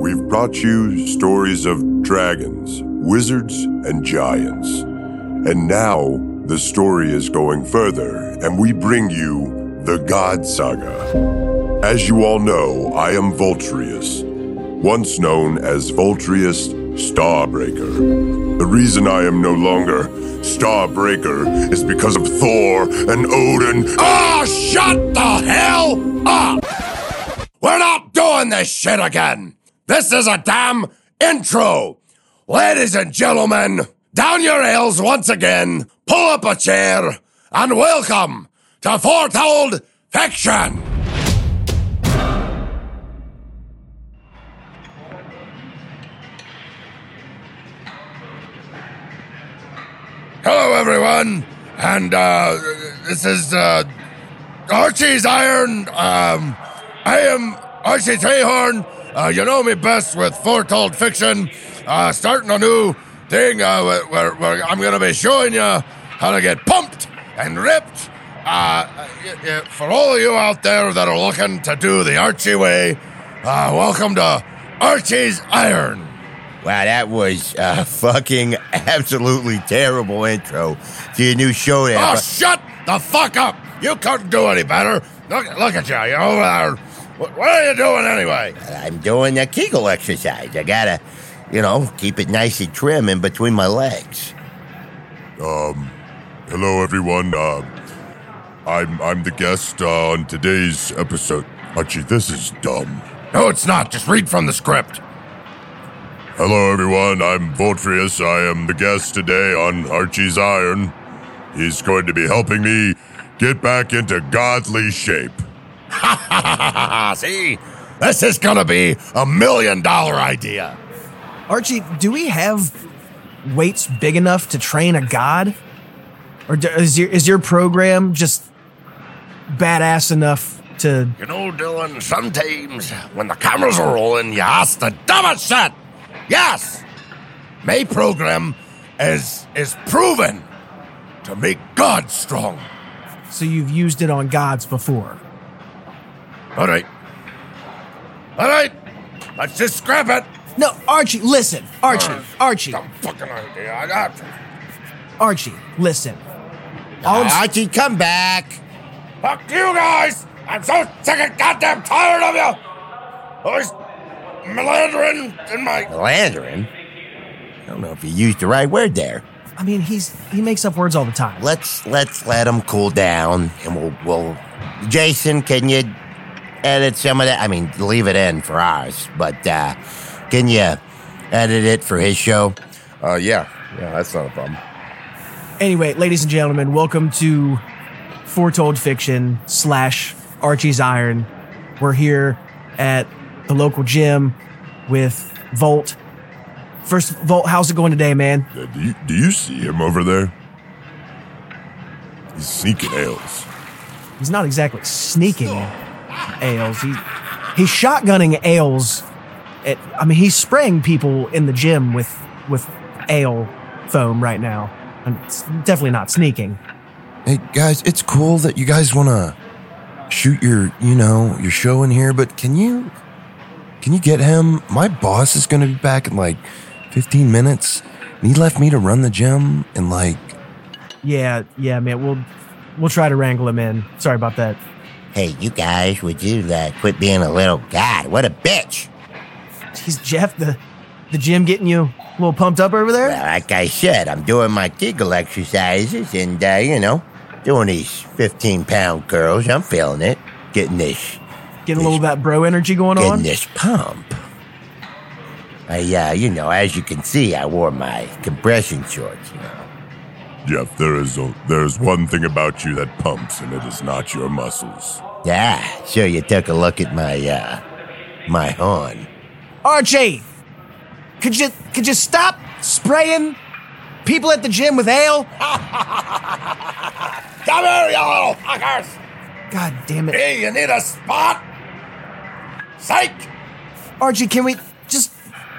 we've brought you stories of dragons, wizards, and giants. And now the story is going further, and we bring you the God Saga. As you all know, I am Voltrius, once known as Voltrius Starbreaker. The reason I am no longer Starbreaker is because of Thor and Odin. Ah, oh, shut the hell up! We're not doing this shit again. This is a damn intro. Ladies and gentlemen, down your ales once again, pull up a chair, and welcome to Foretold Fiction. Hello, everyone, and uh, this is uh, Archie's Iron. Um, I am Archie Trehorn. Uh, you know me best with Foretold Fiction. Uh, starting a new thing uh, where, where, where I'm going to be showing you how to get pumped and ripped. Uh, y- y- for all of you out there that are looking to do the Archie way, uh, welcome to Archie's Iron. Wow, that was a fucking absolutely terrible intro to your new show there. Oh, shut the fuck up! You couldn't do any better. Look, look at you. You're over there what, are you doing anyway? I'm doing a Kegel exercise. I gotta, you know, keep it nice and trim in between my legs. Um, hello everyone. Uh, I'm I'm the guest uh, on today's episode. Archie, this is dumb. No, it's not. Just read from the script. Hello everyone. I'm Voltrius. I am the guest today on Archie's Iron. He's going to be helping me get back into godly shape. See, this is gonna be a million dollar idea. Archie, do we have weights big enough to train a god? Or do, is your is your program just badass enough to? You know, Dylan. Sometimes when the cameras are rolling, you ask the dumbest shit. Yes, my program is is proven to make God strong. So you've used it on gods before. All right. All right. Let's just scrap it. No, Archie, listen. Archie, uh, Archie. Dumb fucking idea. I got you. Archie, listen. Uh, Archie, come back. Fuck you guys. I'm so sick and goddamn tired of you. Always meandering in my. Meandering? I don't know if you used the right word there. I mean, he's he makes up words all the time. Let's let's let him cool down, and we'll we'll. Jason, can you edit some of that? I mean, leave it in for ours, but uh, can you edit it for his show? Uh, yeah, yeah, that's not a problem. Anyway, ladies and gentlemen, welcome to Foretold Fiction slash Archie's Iron. We're here at the local gym with Volt. First, Volt, how's it going today, man? Uh, do, you, do you see him over there? He's sneaking ales. He's not exactly sneaking. Oh ales. He, he's shotgunning ales. At, I mean, he's spraying people in the gym with with ale foam right now, and it's definitely not sneaking. Hey guys, it's cool that you guys want to shoot your you know your show in here, but can you can you get him? My boss is going to be back in like fifteen minutes. And he left me to run the gym and like. Yeah, yeah, man. We'll we'll try to wrangle him in. Sorry about that. Hey, you guys, would you uh, quit being a little god? What a bitch! He's Jeff, the the gym getting you a little pumped up over there? Well, like I said, I'm doing my Kegel exercises and, uh, you know, doing these 15 pound curls. I'm feeling it. Getting this. Getting this, a little of that bro energy going getting on? Getting this pump. I, uh, you know, as you can see, I wore my compression shorts, you know. Jeff, there is a, there is one thing about you that pumps, and it is not your muscles. Yeah, sure. You took a look at my uh, my horn. Archie, could you could you stop spraying people at the gym with ale? Come here, you little fuckers! God damn it! Hey, you need a spot? Psych! Archie, can we just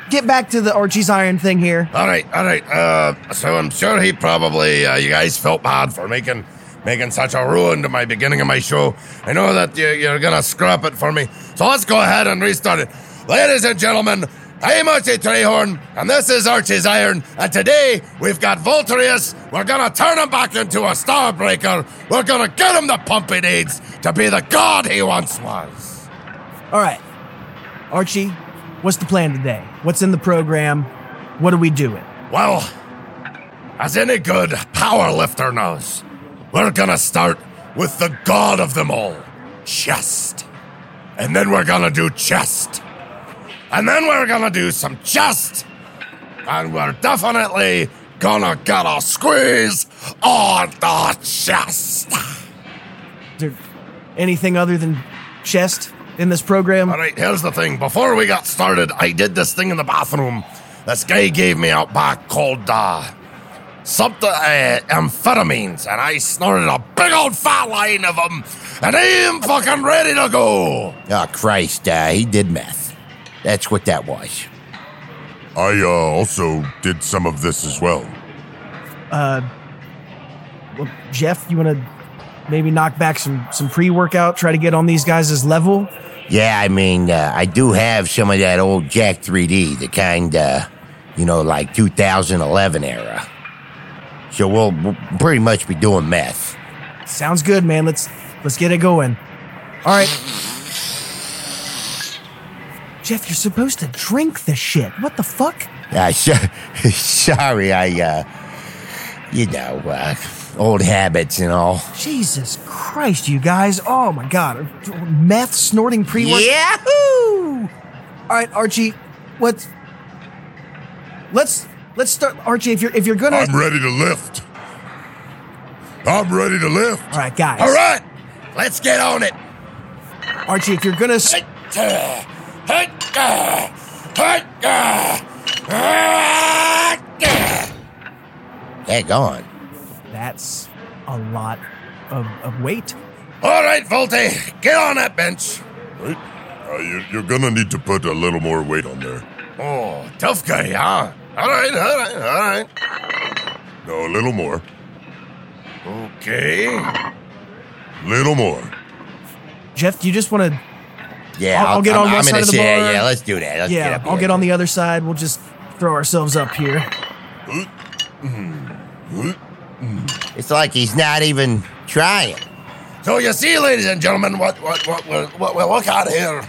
get back to the Archie's Iron thing here. All right, all right. Uh, so I'm sure he probably uh, you guys felt bad for making making such a ruin to my beginning of my show. I know that you, are gonna scrap it for me, so let's go ahead and restart it. Ladies and gentlemen, I'm Archie Trehorn, and this is Archie's Iron, and today we've got Volturius. We're gonna turn him back into a starbreaker. We're gonna get him the pump he needs to be the god he once was. All right. Archie, what's the plan today? What's in the program? What are we doing? Well, as any good power lifter knows, we're gonna start with the god of them all, chest. And then we're gonna do chest. And then we're gonna do some chest. And we're definitely gonna get a squeeze on the chest. Is there anything other than chest in this program? All right, here's the thing. Before we got started, I did this thing in the bathroom. This guy gave me out back called, uh, something uh, amphetamines, and I snorted a big old fat line of them, and I'm fucking ready to go. Oh, Christ, uh, he did meth. That's what that was. I uh, also did some of this as well. Uh, Well, Jeff, you want to maybe knock back some, some pre workout, try to get on these guys' level? Yeah, I mean, uh, I do have some of that old Jack 3D, the kind, uh, you know, like 2011 era. So we'll, we'll pretty much be doing meth. Sounds good, man. Let's let's get it going. All right. Jeff, you're supposed to drink the shit. What the fuck? Uh, so, sorry, I, uh, you know, uh, old habits and all. Jesus Christ, you guys. Oh my god. Meth snorting pre workout. Yahoo! All right, Archie, what's Let's let's start Archie if you're if you're going to I'm ready to lift. I'm ready to lift. All right, guys. All right, let's get on it. Archie, if you're going to Heck on. That's a lot of, of weight. All right, Volte, get on that bench. Right? Uh, you, you're gonna need to put a little more weight on there. Oh, tough guy, huh? All right, all right, all right. No, a little more. Okay. Little more. Jeff, do you just want to Yeah, I'll- I'll get I'm- on one I'm side gonna of the say, bar. Yeah, yeah, let's do that. Let's Yeah, get up I'll here. get on the other side. We'll just throw ourselves up here. It's like he's not even trying. So you see, ladies and gentlemen, what what what what, what we look at here,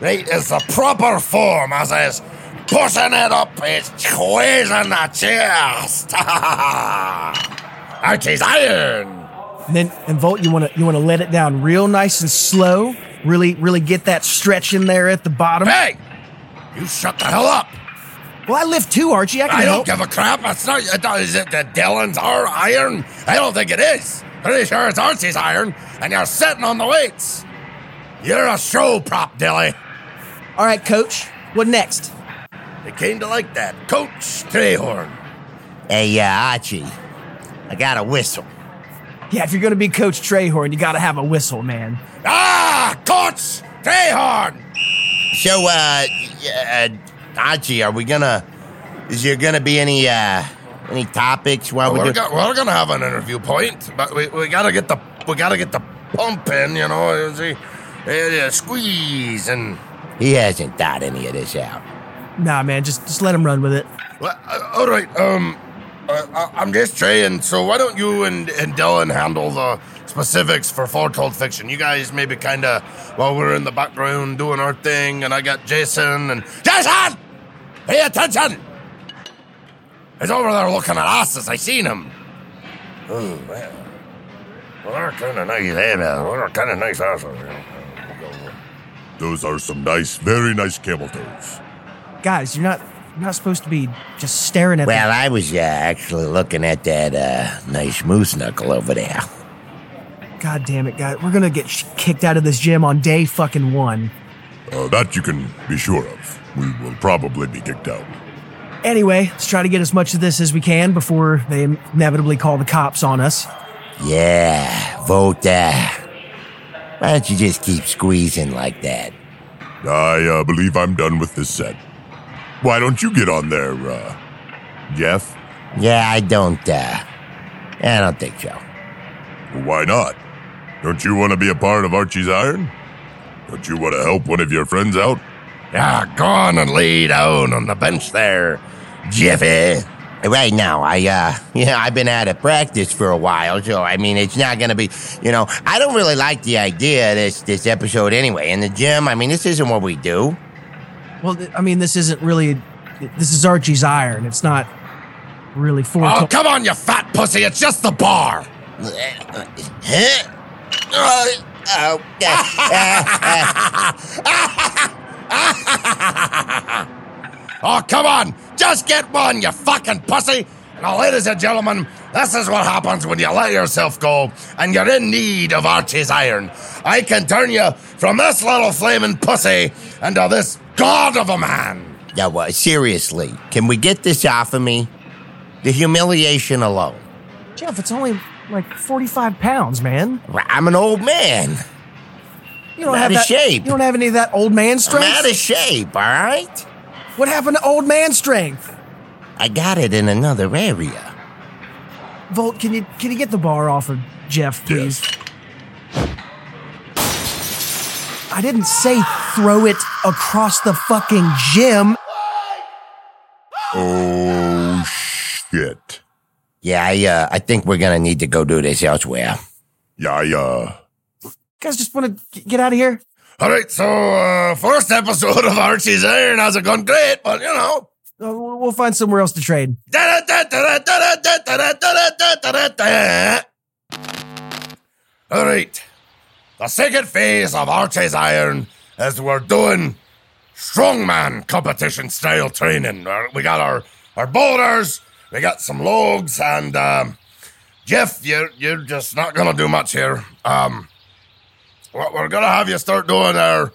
right, is the proper form as is pushing it up, it's squeezing the chest. Archie's iron. And then and Volt, you want to you want to let it down real nice and slow. Really, really get that stretch in there at the bottom. Hey, you shut the hell up. Well, I lift too, Archie. I can I help. don't give a crap. It's not. It, not- is it the Dylan's our iron? I don't think it is. Pretty sure it's Archie's iron, and you're sitting on the weights. You're a show prop, Dilly. All right, Coach. What next? It came to like that, Coach Trehorn. Hey, uh, Archie, I got a whistle. Yeah, if you're gonna be Coach Trehorn, you gotta have a whistle, man. Ah, Coach Trehorn! So, uh, yeah, uh, Archie, are we gonna? Is there gonna be any uh any topics while Oh, we We're, do? go- we're gonna have an interview point, but we, we gotta get the we gotta get the pump in, you know. you See, uh, squeeze and He hasn't thought any of this out. Nah, man, just just let him run with it. well, uh, all right. Um, uh, I- I'm just saying. So why don't you and and Dylan handle the specifics for foretold fiction? You guys maybe kind of while we're in the background doing our thing, and I got Jason and Jason. Pay attention. He's over there looking at us as I seen him. Oh man. Well, they're kind of nice, hey man. They're kind of nice assholes. you know. Those are some nice, very nice camel toes. Guys, you're not you're not supposed to be just staring at. Well, I was uh, actually looking at that uh, nice moose knuckle over there. the- God damn it, guys, we're gonna get sh- kicked out of this gym on day fucking one. Uh, that you can be sure of. We will probably be kicked out. Anyway, let's try to get as much of this as we can before they inevitably call the cops on us. Yeah, vote. Uh, why don't you just keep squeezing like that? I uh, believe I'm done with this set. Why don't you get on there, uh, Jeff? Yeah, I don't. Uh, I don't think so. Why not? Don't you want to be a part of Archie's Iron? Don't you want to help one of your friends out? Yeah, go on Ah, and lay down on the bench there, Jiffy. Right now, I uh, you know, I've been out of practice for a while, so I mean, it's not gonna be, you know, I don't really like the idea of this this episode anyway. In the gym, I mean, this isn't what we do. Well, th- I mean, this isn't really. This is Archie's iron. It's not really for. Ah. Oh, come on, you fat pussy. It's just the bar. Huh? Oh, oh, Oh, come on. Just get one, you fucking pussy. Now, ladies and gentlemen, this is what happens when you let yourself go and you're in need of Archie's iron. I can turn you from this little flaming pussy into this god of a man. Yeah, well, uh, seriously, can we get this off of me? The humiliation alone. Jeff, it's only like 45 pounds, man. I'm an old man. You don't I'm have out of that, shape. You don't have any of that old man I'm strength. out of shape, all right? what happened to old man strength? I got it in another area. Volt, can you can you get the bar off of Jeff, please? I didn't say throw it across the fucking gym. Oh, shit. Yeah, I, uh, I think we're gonna need to go do this elsewhere. Yeah, uh, yeah. You guys just want to get out of here? All right, so uh, first episode of Archie's Iron hasn't gone great, but you know. Uh, we'll we'll find somewhere else to trade. All right. The second phase of Archie's Iron is we're doing strongman competition style training. Our- We got our, our boulders, we got some logs, and um, Jeff, you're, you're just not going to do much here. Um, what we're going to have you start doing our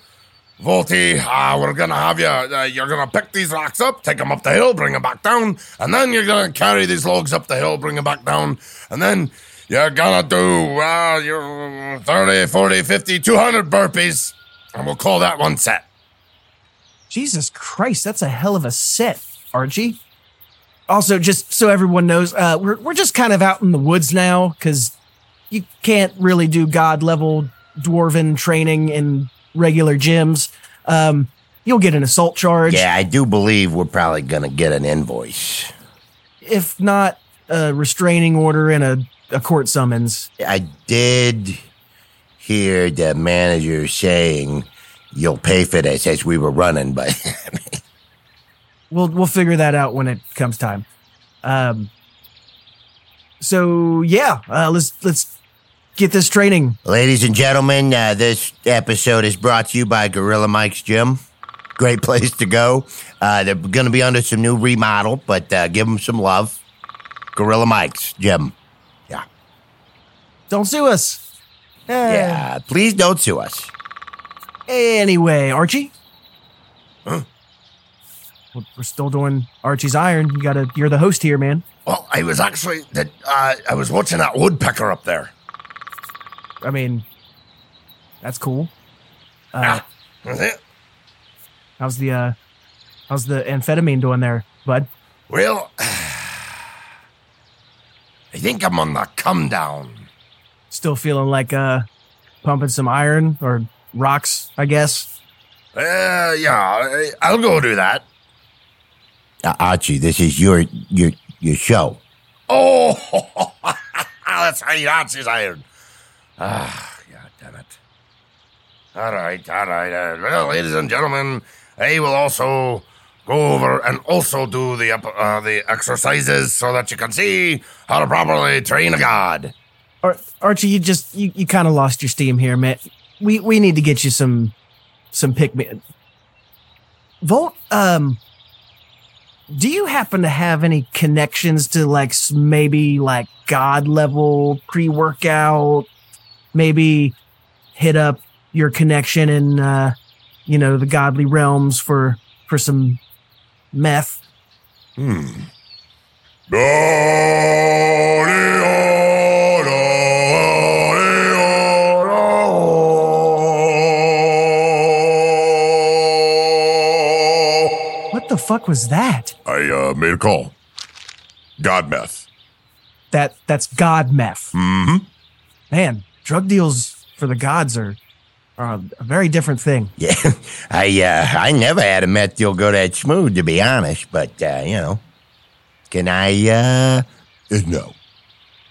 Volti, uh, we're gonna have you. Uh, you're gonna pick these rocks up, take them up the hill, bring them back down, and then you're gonna carry these logs up the hill, bring them back down, and then you're gonna do uh, your 30, 40, 50, 200 burpees, and we'll call that one set. Jesus Christ, that's a hell of a set, Archie. Also, just so everyone knows, uh, we're we're just kind of out in the woods now because you can't really do god level dwarven training in regular gyms. Um, you'll get an assault charge, Yeah, I do believe we're probably gonna get an invoice. if not a restraining order and a, a court summons. I did hear the manager saying you'll pay for this as we were running, but We'll we'll figure that out when it comes time. Um, so yeah, uh, let's let's get this training. ladies and gentlemen, uh, this episode is brought to you by Gorilla Mike's Gym. Great place to go. Uh, they're going to be under some new remodel, but uh, give them some love. Gorilla Mike's Gym. Yeah. Don't sue us. Eh. Yeah. Please don't sue us. Anyway, Archie. We're- We're still doing Archie's Iron. You gotta, you're the host here, man. Well, I was actually that uh, I was watching that woodpecker up there. I mean, that's cool. Is it? How's the, uh, how's the amphetamine doing there, bud? Well, I think I'm on the come down. Still feeling like, uh, pumping some iron or rocks, I guess. Uh, yeah, I- I'll go do that. Uh, Archie, this is your your your show. Oh, that's how you answer iron. Ah, god damn it. All right, all right. Uh, well, ladies and gentlemen, I will also go over and also do the ep- uh, the exercises so that you can see how to properly train a god. Ar- Archie, you just, you, you kind of lost your steam here, man. We, we need to get you some, some pick me. Volt, um, do you happen to have any connections to like s- maybe like god level pre workout? Maybe hit up your connection in, uh, you know, the godly realms for, for some meth. I What the fuck was that? uh, made a call. Godmeth. That, that's god meth. Mm-hmm. Man, drug deals for the gods are are a very different thing. Yeah, I uh, I never had a meth deal go that smooth, to be honest. But uh, you know, can I? Uh, Eh, no.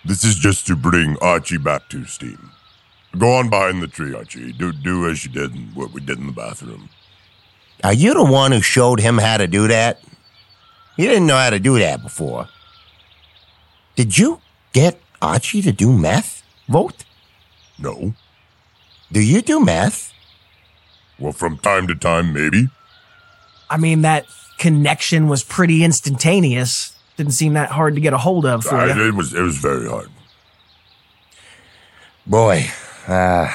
This is just to bring Archie back to steam. Go on behind the tree, Archie. Do do as you did and what we did in the bathroom. are you the one who showed him how to do that? He didn't know how to do that before. Did you get Archie to do meth? Vote. No. Do you do meth? Well, from time to time, maybe. I mean, that connection was pretty instantaneous. Didn't seem that hard to get a hold of for I- you. it was it was very hard. Boy, uh,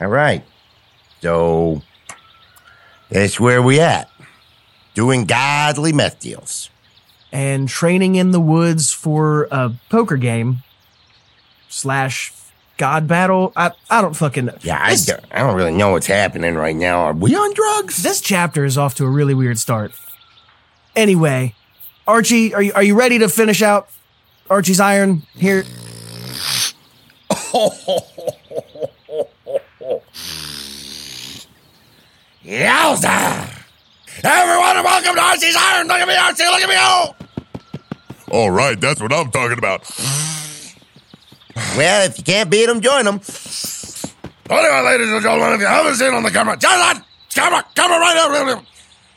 all right. So that's where we at. Doing godly meth deals. And training in the woods for a poker game slash god battle. I, I don't fucking know. Yeah, I This- don't, I don't really know what's happening right now. Are we on drugs? This chapter is off to a really weird start. Anyway, Archie, are you are you ready to finish out Archie's iron here? Yowza! Everyone, welcome to Archie's Iron! Look at me, Archie! Look oh! at me! All right, that's what I'm talking about. Well, if you can't beat them, join them. Oh! Anyway, ladies and gentlemen, if you haven't seen it on the camera, just on camera, camera right now!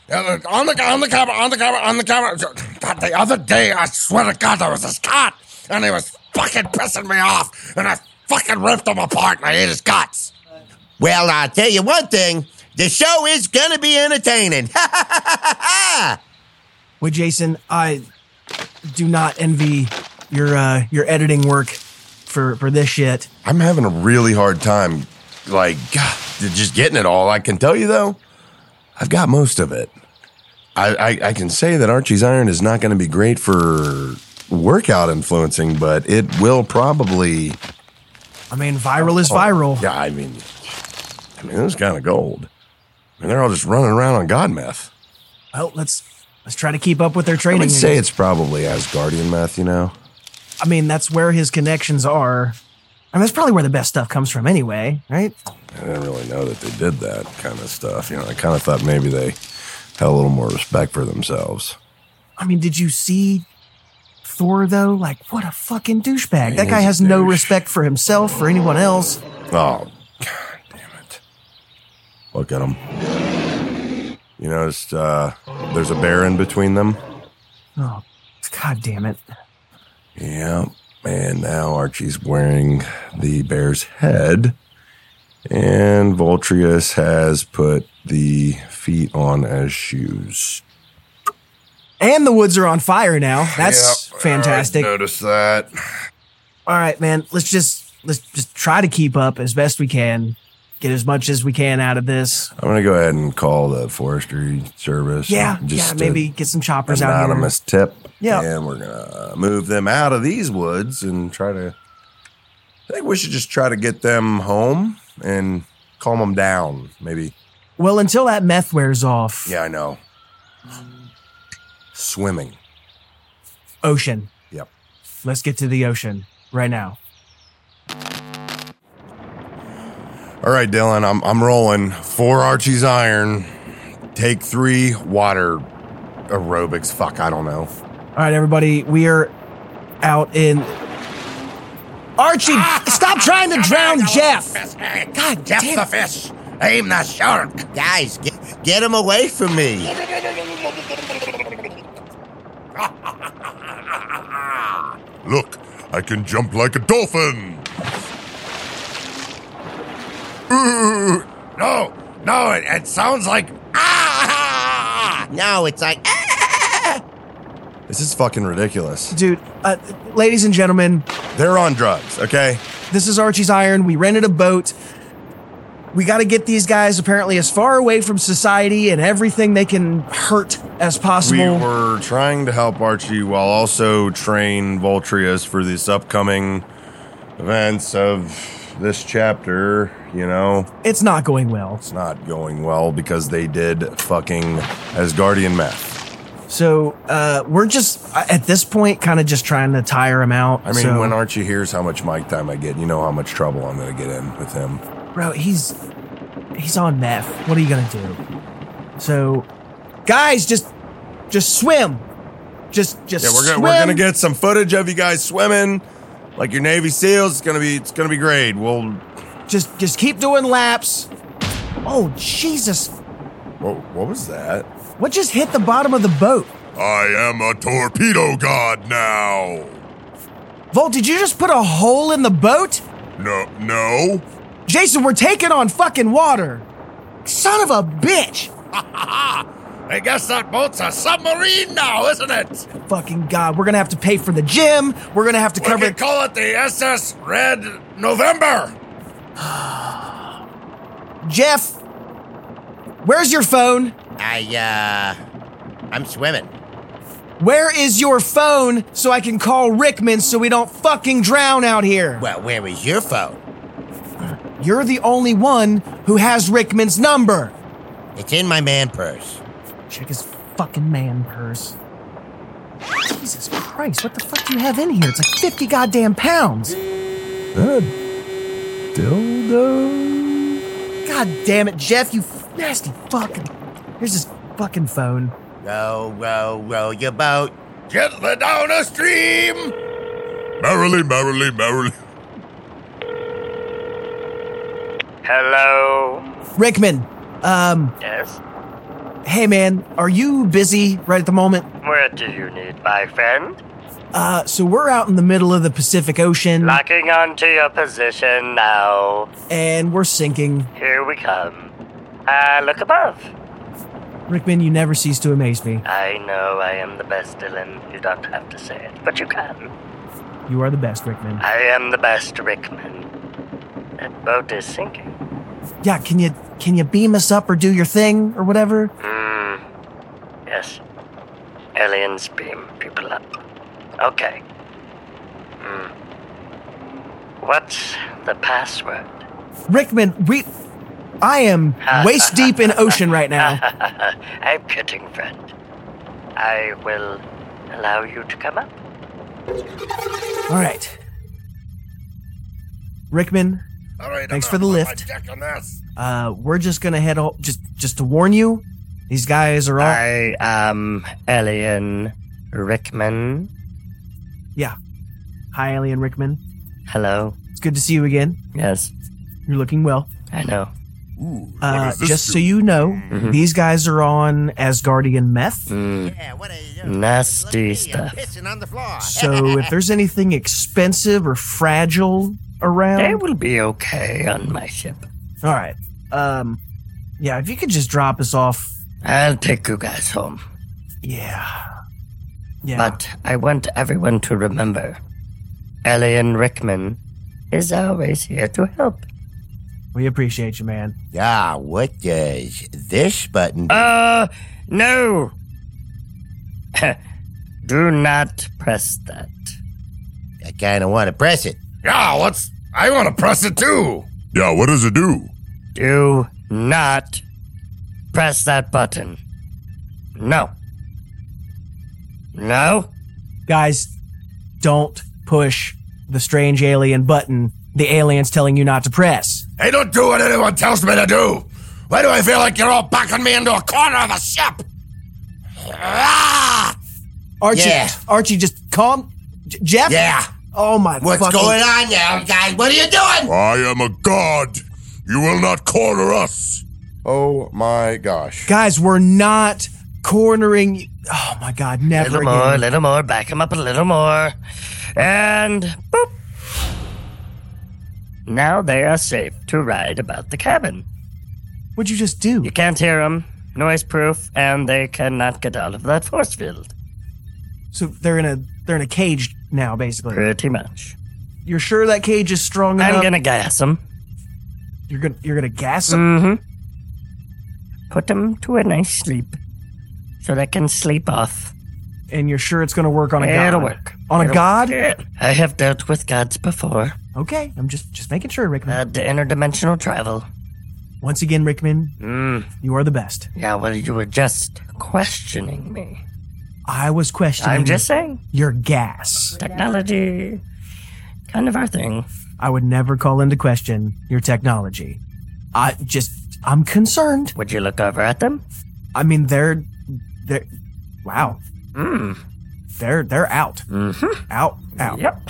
Yeah, look, On the, on the camera, on the camera, on the camera. God, the other day, I swear to God, there was this cat, and he was fucking pissing me off, and I fucking ripped him apart, and I ate his guts. Well, I'll tell you one thing. The show is going to be entertaining. Well, Jason, I do not envy your uh, your editing work for for this shit. I'm having a really hard time, like, God, just getting it all. I can tell you though, I've got most of it. I, I, I can say that Archie's iron is not going to be great for workout influencing, but it will probably. I mean, viral is viral. Oh, Yeah, I mean, I mean, it was kind of gold. I mean, they're all just running around on God meth. Well, let's let's try to keep up with their I training. would say it's probably Asgardian meth, you know. I mean, that's where his connections are. I mean, that's probably where the best stuff comes from, anyway, right? I didn't really know that they did that kind of stuff. You know, I kind of thought maybe they had a little more respect for themselves. I mean, did you see Thor though? Like, what a fucking douchebag! That he's guy a has no douche. respect for himself or anyone else. Oh, god damn it. Look at them. You noticed uh, there's a bear in between them? Oh, god damn it! Yeah. And now Archie's wearing the bear's head. And Voltrius has put the feet on as shoes. And the woods are on fire now. That's fantastic. Notice that. all right man let's just let's just try to keep up as best we can get as much as we can out of this I'm going to go ahead and call the forestry service. yeah and yeah a maybe get some choppers out here anonymous tip. Yeah. And we're going to move them out of these woods and try to. I think we should just try to get them home and calm them down, maybe. well until that meth wears off Yeah, I know. Swimming. ocean Yep. let's get to the ocean right now All right, Dylan, I'm, I'm rolling. Four Archie's iron. Take three water aerobics. Fuck, I don't know. all right everybody we are out in archie stop trying to drown jeff God, Jeff damn the it. fish! Aim the shark! Guys, get, get them away from me. Look, I can jump like a dolphin. Ooh, No, no, it, it sounds like ah! No, it's like, ah! This is fucking ridiculous. dude uh, ladies and gentlemen They're on drugs, okay? This is Archie's Iron. We rented a boat. We got to get these guys apparently as far away from society and everything they can hurt as We possible. were trying to help Archie while also train Voltrius for these upcoming events of this chapter. You know, it's not going well. it's not going well because they did fucking Asgardian meth. So uh, we're just uh, at this point kind of just trying to tire him out. I mean, So- when Archie hears how much mic time I get, you know how much trouble I'm going to get in with him. bro, he's he's on meth. What are you gonna do? So, guys, just just swim. Just just Yeah, we're gonna swim. we're gonna get some footage of you guys swimming, like your Navy SEALs. It's gonna be it's gonna be great. We'll just just keep doing laps. Oh Jesus! what, what was that? What just hit the bottom of the boat? I am a torpedo god now. Volt, did you just put a hole in the boat? No, no. Jason, we're taking on fucking water. Son of a bitch! I guess that boat's a submarine now, isn't it? Fucking god, we're gonna have to pay for the gym. We're gonna have to We cover. can call it the SS Red November. Jeff, where's your phone? I, uh, I'm swimming. Where is your phone so I can call Rickman so we don't fucking drown out here? Well, where was your phone? You're the only one who has Rickman's number. It's in my man purse. Check his fucking man purse. Jesus Christ, what the fuck do you have in here? It's like 50 goddamn pounds. That dildo. God damn it, Jeff, you nasty fucking. Here's his fucking phone. Row, row, row your boat. Gently down a stream. Merrily, merrily, merrily. Hello. Rickman, um, Yes. hey man, are you busy right at the moment? Where do you need my friend? Uh, so we're out in the middle of the Pacific Ocean Locking onto your position now. and we're sinking. Here we come. Ah, look above. Rickman, you never cease to amaze me. I know I am the best, Dylan. You don't have to say it, but you can. You are the best, Rickman. I am the best, Rickman. That boat is sinking. Yeah, can you can you beam us up or do your thing or whatever? Hmm. Yes. Aliens beam people up. Okay. Hmm. What's the password? Rickman, we I am waist deep in ocean right now. I'm kidding, friend. I will allow you to come up. All right. Rickman, All right. Thanks I'm for the out. Put my lift. Deck on this. uh we're just going to head o- just just to warn you, these guys are all I am Elian Rickman. Yeah. Hi Alien Rickman. Hello. It's good to see you again. Yes, You're looking well. I know. Ooh, what Uh, does this Mm-hmm. just do? so you know, Mhm. these guys are on Asgardian meth. Mm, Yeah, what are you nasty I'm stuff. pissing on the floor. So if there's anything expensive or fragile around, They will be okay on my ship. all right. Um, yeah, if you could just drop us off, I'll take you guys home. yeah, yeah. But I want everyone to remember Elian Rickman is always here to help. we appreciate you, man. Ah, what does this button do? Uh, no. Do not press that. I kind of want to press it. Yeah, let's. I want to press it too. Yeah, what does it do? Do not press that button. No. No? Guys, don't push the strange alien button. The alien's telling you not to press. Hey, don't do what anyone tells me to do. Why do I feel like you're all backing me into a corner of a ship? Ah! Archie, Yeah. Archie, just calm. J- Jeff. Yeah. Oh my. What's fucking- going on now, guys? What are you doing? I am a god. You will not corner us. Oh my gosh. Guys, we're not cornering. y- Oh my God, never Little more, again. little more. Back him up a little more. And boop. Now they are safe to ride about the cabin. What'd you just do? You can't hear them. Noise proof, and they cannot get out of that force field. So they're in a they're in a cage now, basically. Pretty much. You're sure that cage is strong enough? I'm gonna gas them. You're gonna you're gonna gas them. Mm-hmm. Put them to a nice sleep, so they can sleep off. and you're sure it's gonna work on a god. It'll work. On a It'll- god? Yeah. I have dealt with gods before. Okay, I'm just just making sure, Rickman. Uh, the interdimensional travel. Once again, Rickman, Mm. you are the best. Yeah, well, you were just questioning me. I was questioning I'm just saying, your gas. technology, kind of our thing. I would never call into question your technology. I just I'm concerned. Would you look over at them? I mean, they're they're wow. Hmm. They're they're out, Mm-hmm. out, out. Yep.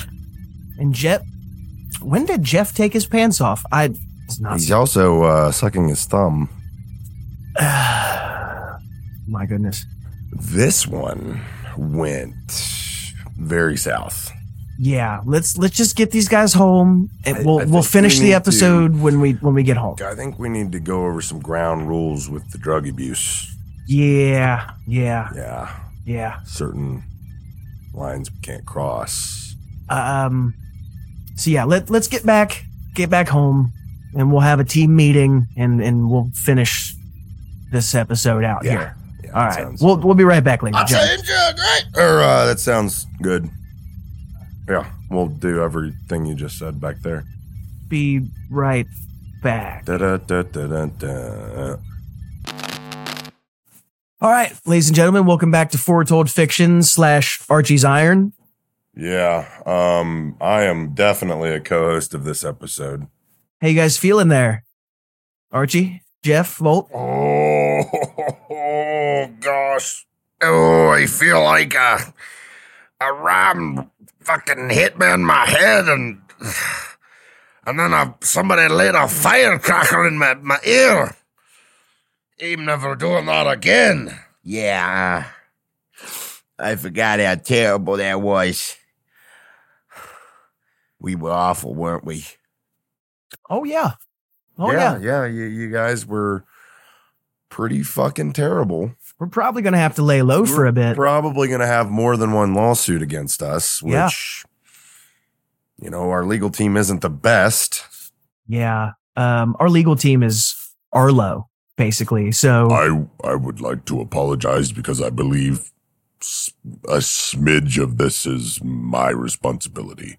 And Jeff, when did Jeff take his pants off? I it's not. He's also uh, sucking his thumb. My goodness. This one went very south. Yeah, let's let's just get these guys home, and I- we'll I we'll think finish we the need to- episode when we when we get home. I think we need to go over some ground rules with the drug abuse. Yeah, yeah, Yeah, yeah. certain lines we can't cross. Um. So yeah, let let's get back get back home, and we'll have a team meeting, and and we'll finish this episode out Yeah, here. Yeah, All that right, sounds- we'll we'll be right back, ladies and gentlemen. Change your great. or uh, that sounds good. Yeah, we'll do everything you just said back there. Be right back. Da-da-da-da-da-da. All right, ladies and gentlemen, welcome back to Foretold Fiction slash Archie's Iron. Yeah, um, I am definitely a co-host of this episode. How you guys feeling there? Archie, Jeff, Volt. Oh, gosh. Oh, I feel like a, a ram fucking hit me in my head and and then a, somebody laid a firecracker in my, my ear. I'm never doing that again. Yeah. I forgot how terrible that was. We were awful, weren't we? Oh yeah, oh yeah. yeah, yeah, you, you guys were pretty fucking terrible. We're probably gonna have to lay low for a bit. Probably going to have more than one lawsuit against us, Yeah. which you know, our legal team isn't the best. Yeah. Um, our legal team is Arlo, basically. So I I would like to apologize because I believe s- a smidge of this is my responsibility.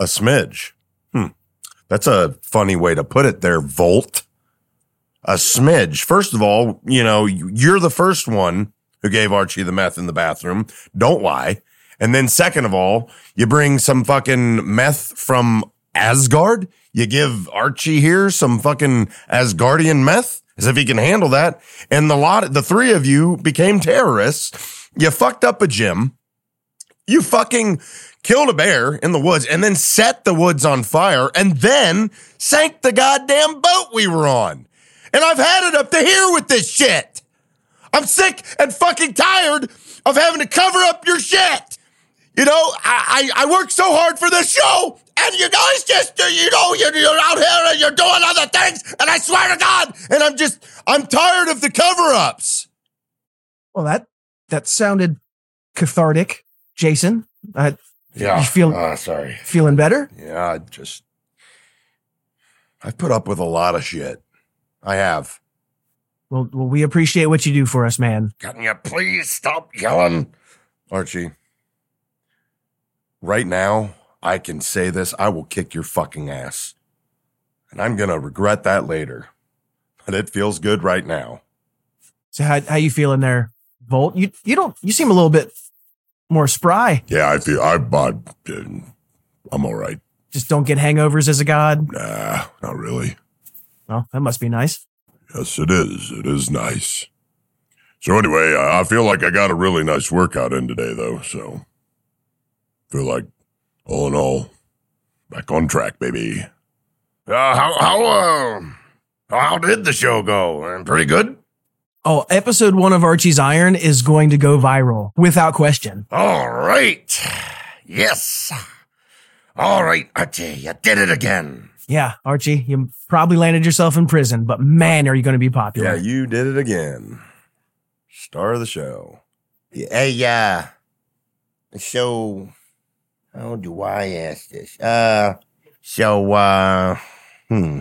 A smidge. Hmm. That's a funny way to put it there, Volt. A smidge. First of all, you know, you're the first one who gave Archie the meth in the bathroom. Don't lie. And then, second of all, you bring some fucking meth from Asgard. You give Archie here some fucking Asgardian meth as if he can handle that. And the lot, the three of you became terrorists. You fucked up a gym. You fucking killed a bear in the woods and then set the woods on fire and then sank the goddamn boat we were on. And I've had it up to here with this shit. I'm sick and fucking tired of having to cover up your shit. You know, I, I, I work so hard for this show, and you guys just, you know, you're, you're out here and you're doing other things, and I swear to God, and I'm just, I'm tired of the cover ups. well that that sounded cathartic, Jason. Uh, Yeah. You feel- Ah, sorry. feeling better? Yeah, I just I've put up with a lot of shit. I have. Well, well, we appreciate what you do for us, man. Can you please stop yelling? Archie. Right now, I can say this, I will kick your fucking ass. And I'm going to regret that later. But it feels good right now. So how how you feeling there, Volt? You you don't you seem a little bit more spry. Yeah, I feel I bought. I'm all right. Just don't get hangovers as a god. Nah, not really. Well, that must be nice. Yes, it is. It is nice. So anyway, I, I feel like I got a really nice workout in today, though. So feel like all in all, back on track, baby. Uh, how how uh, how did the show go? Uh, Pretty good. Oh, episode one of Archie's Iron is going to go viral without question. All right. Yes. All right, Archie, you did it again. Yeah, Archie, you probably landed yourself in prison, but man, are you going to be popular? Yeah, you did it again. Star of the show. Hey, uh, so how do I ask this? Uh, so, uh, hmm.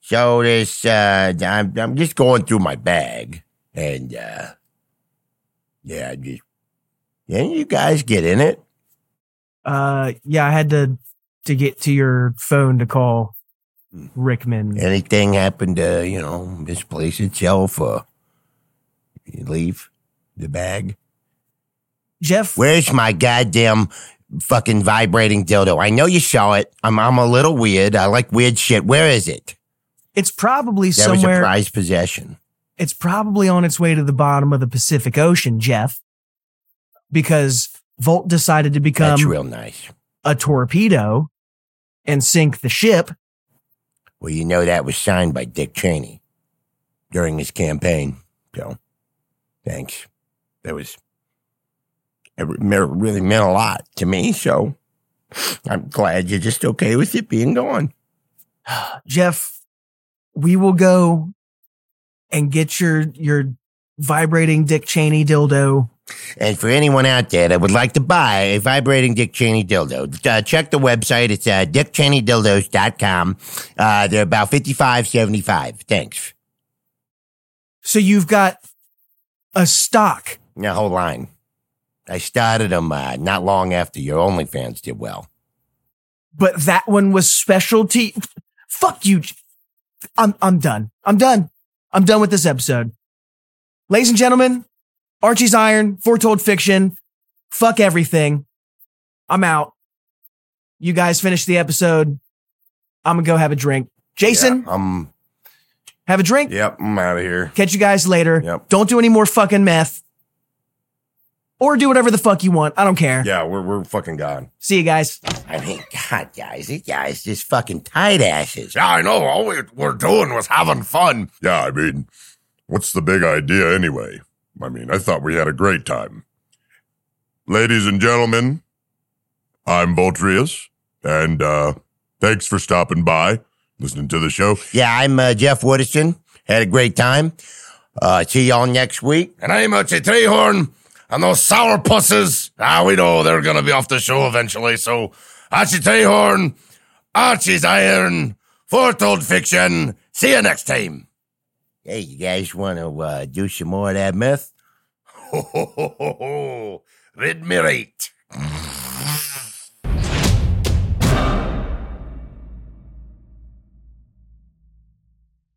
So this, uh, I'm, I'm just going through my bag and, uh, yeah, I just, didn't you guys get in it? Uh, yeah, I had to to get to your phone to call Rickman. Anything happened to, you know, this place itself or you leave the bag? Jeff, Where's my goddamn fucking vibrating dildo? I know you saw it. I'm I'm a little weird. I like weird shit. Where is it? It's probably That was a somewhere. prized possession. it's probably on its way to the bottom of the Pacific Ocean, Jeff, because Volt decided to That's become real nice. a torpedo and sink the ship. Well, you know that was signed by Dick Cheney during his campaign. So, thanks. That was it re- me- really meant a lot to me. So, I'm glad you're just okay with it being gone. Jeff, we will go and get your your vibrating Dick Cheney dildo. And for anyone out there that would like to buy a vibrating Dick Cheney dildo, uh, check the website. It's uh, dickcheneydildos.com. Uh, they're about fifty five seventy five. Thanks. So you've got a stock. Now, whole line. I started them uh, not long after your OnlyFans did well. but that one was specialty. Fuck you. I'm, I'm done. I'm done. I'm done with this episode. Ladies and gentlemen, Archie's Iron, Foretold Fiction, fuck everything. I'm out. You guys finish the episode. I'm going to go have a drink. Jason, Yeah, um, have a drink. yep, I'm out of here. Catch you guys later. Yep. Don't do any more fucking meth. Or do whatever the fuck you want. I don't care. Yeah, we're, we're fucking gone. See you guys. I mean, God, guys, these guys just fucking tight asses. Yeah, I know. All we were doing was having fun. Yeah, I mean, what's the big idea anyway? I mean, I thought we had a great time. Ladies and gentlemen, I'm Voltrius, and uh, thanks for stopping by, listening to the show. Yeah, I'm uh, Jeff Wooderson. Had a great time. Uh, see y'all next week. And I'm Archie Treehorn, and those sour pusses. Ah, we know they're gonna be off the show eventually. So Archie Treehorn, Archie's Iron, Foretold Fiction. See you next time. Hey, you guys want to uh, do some more of that meth? Ho ho ho ho ho! Read me right.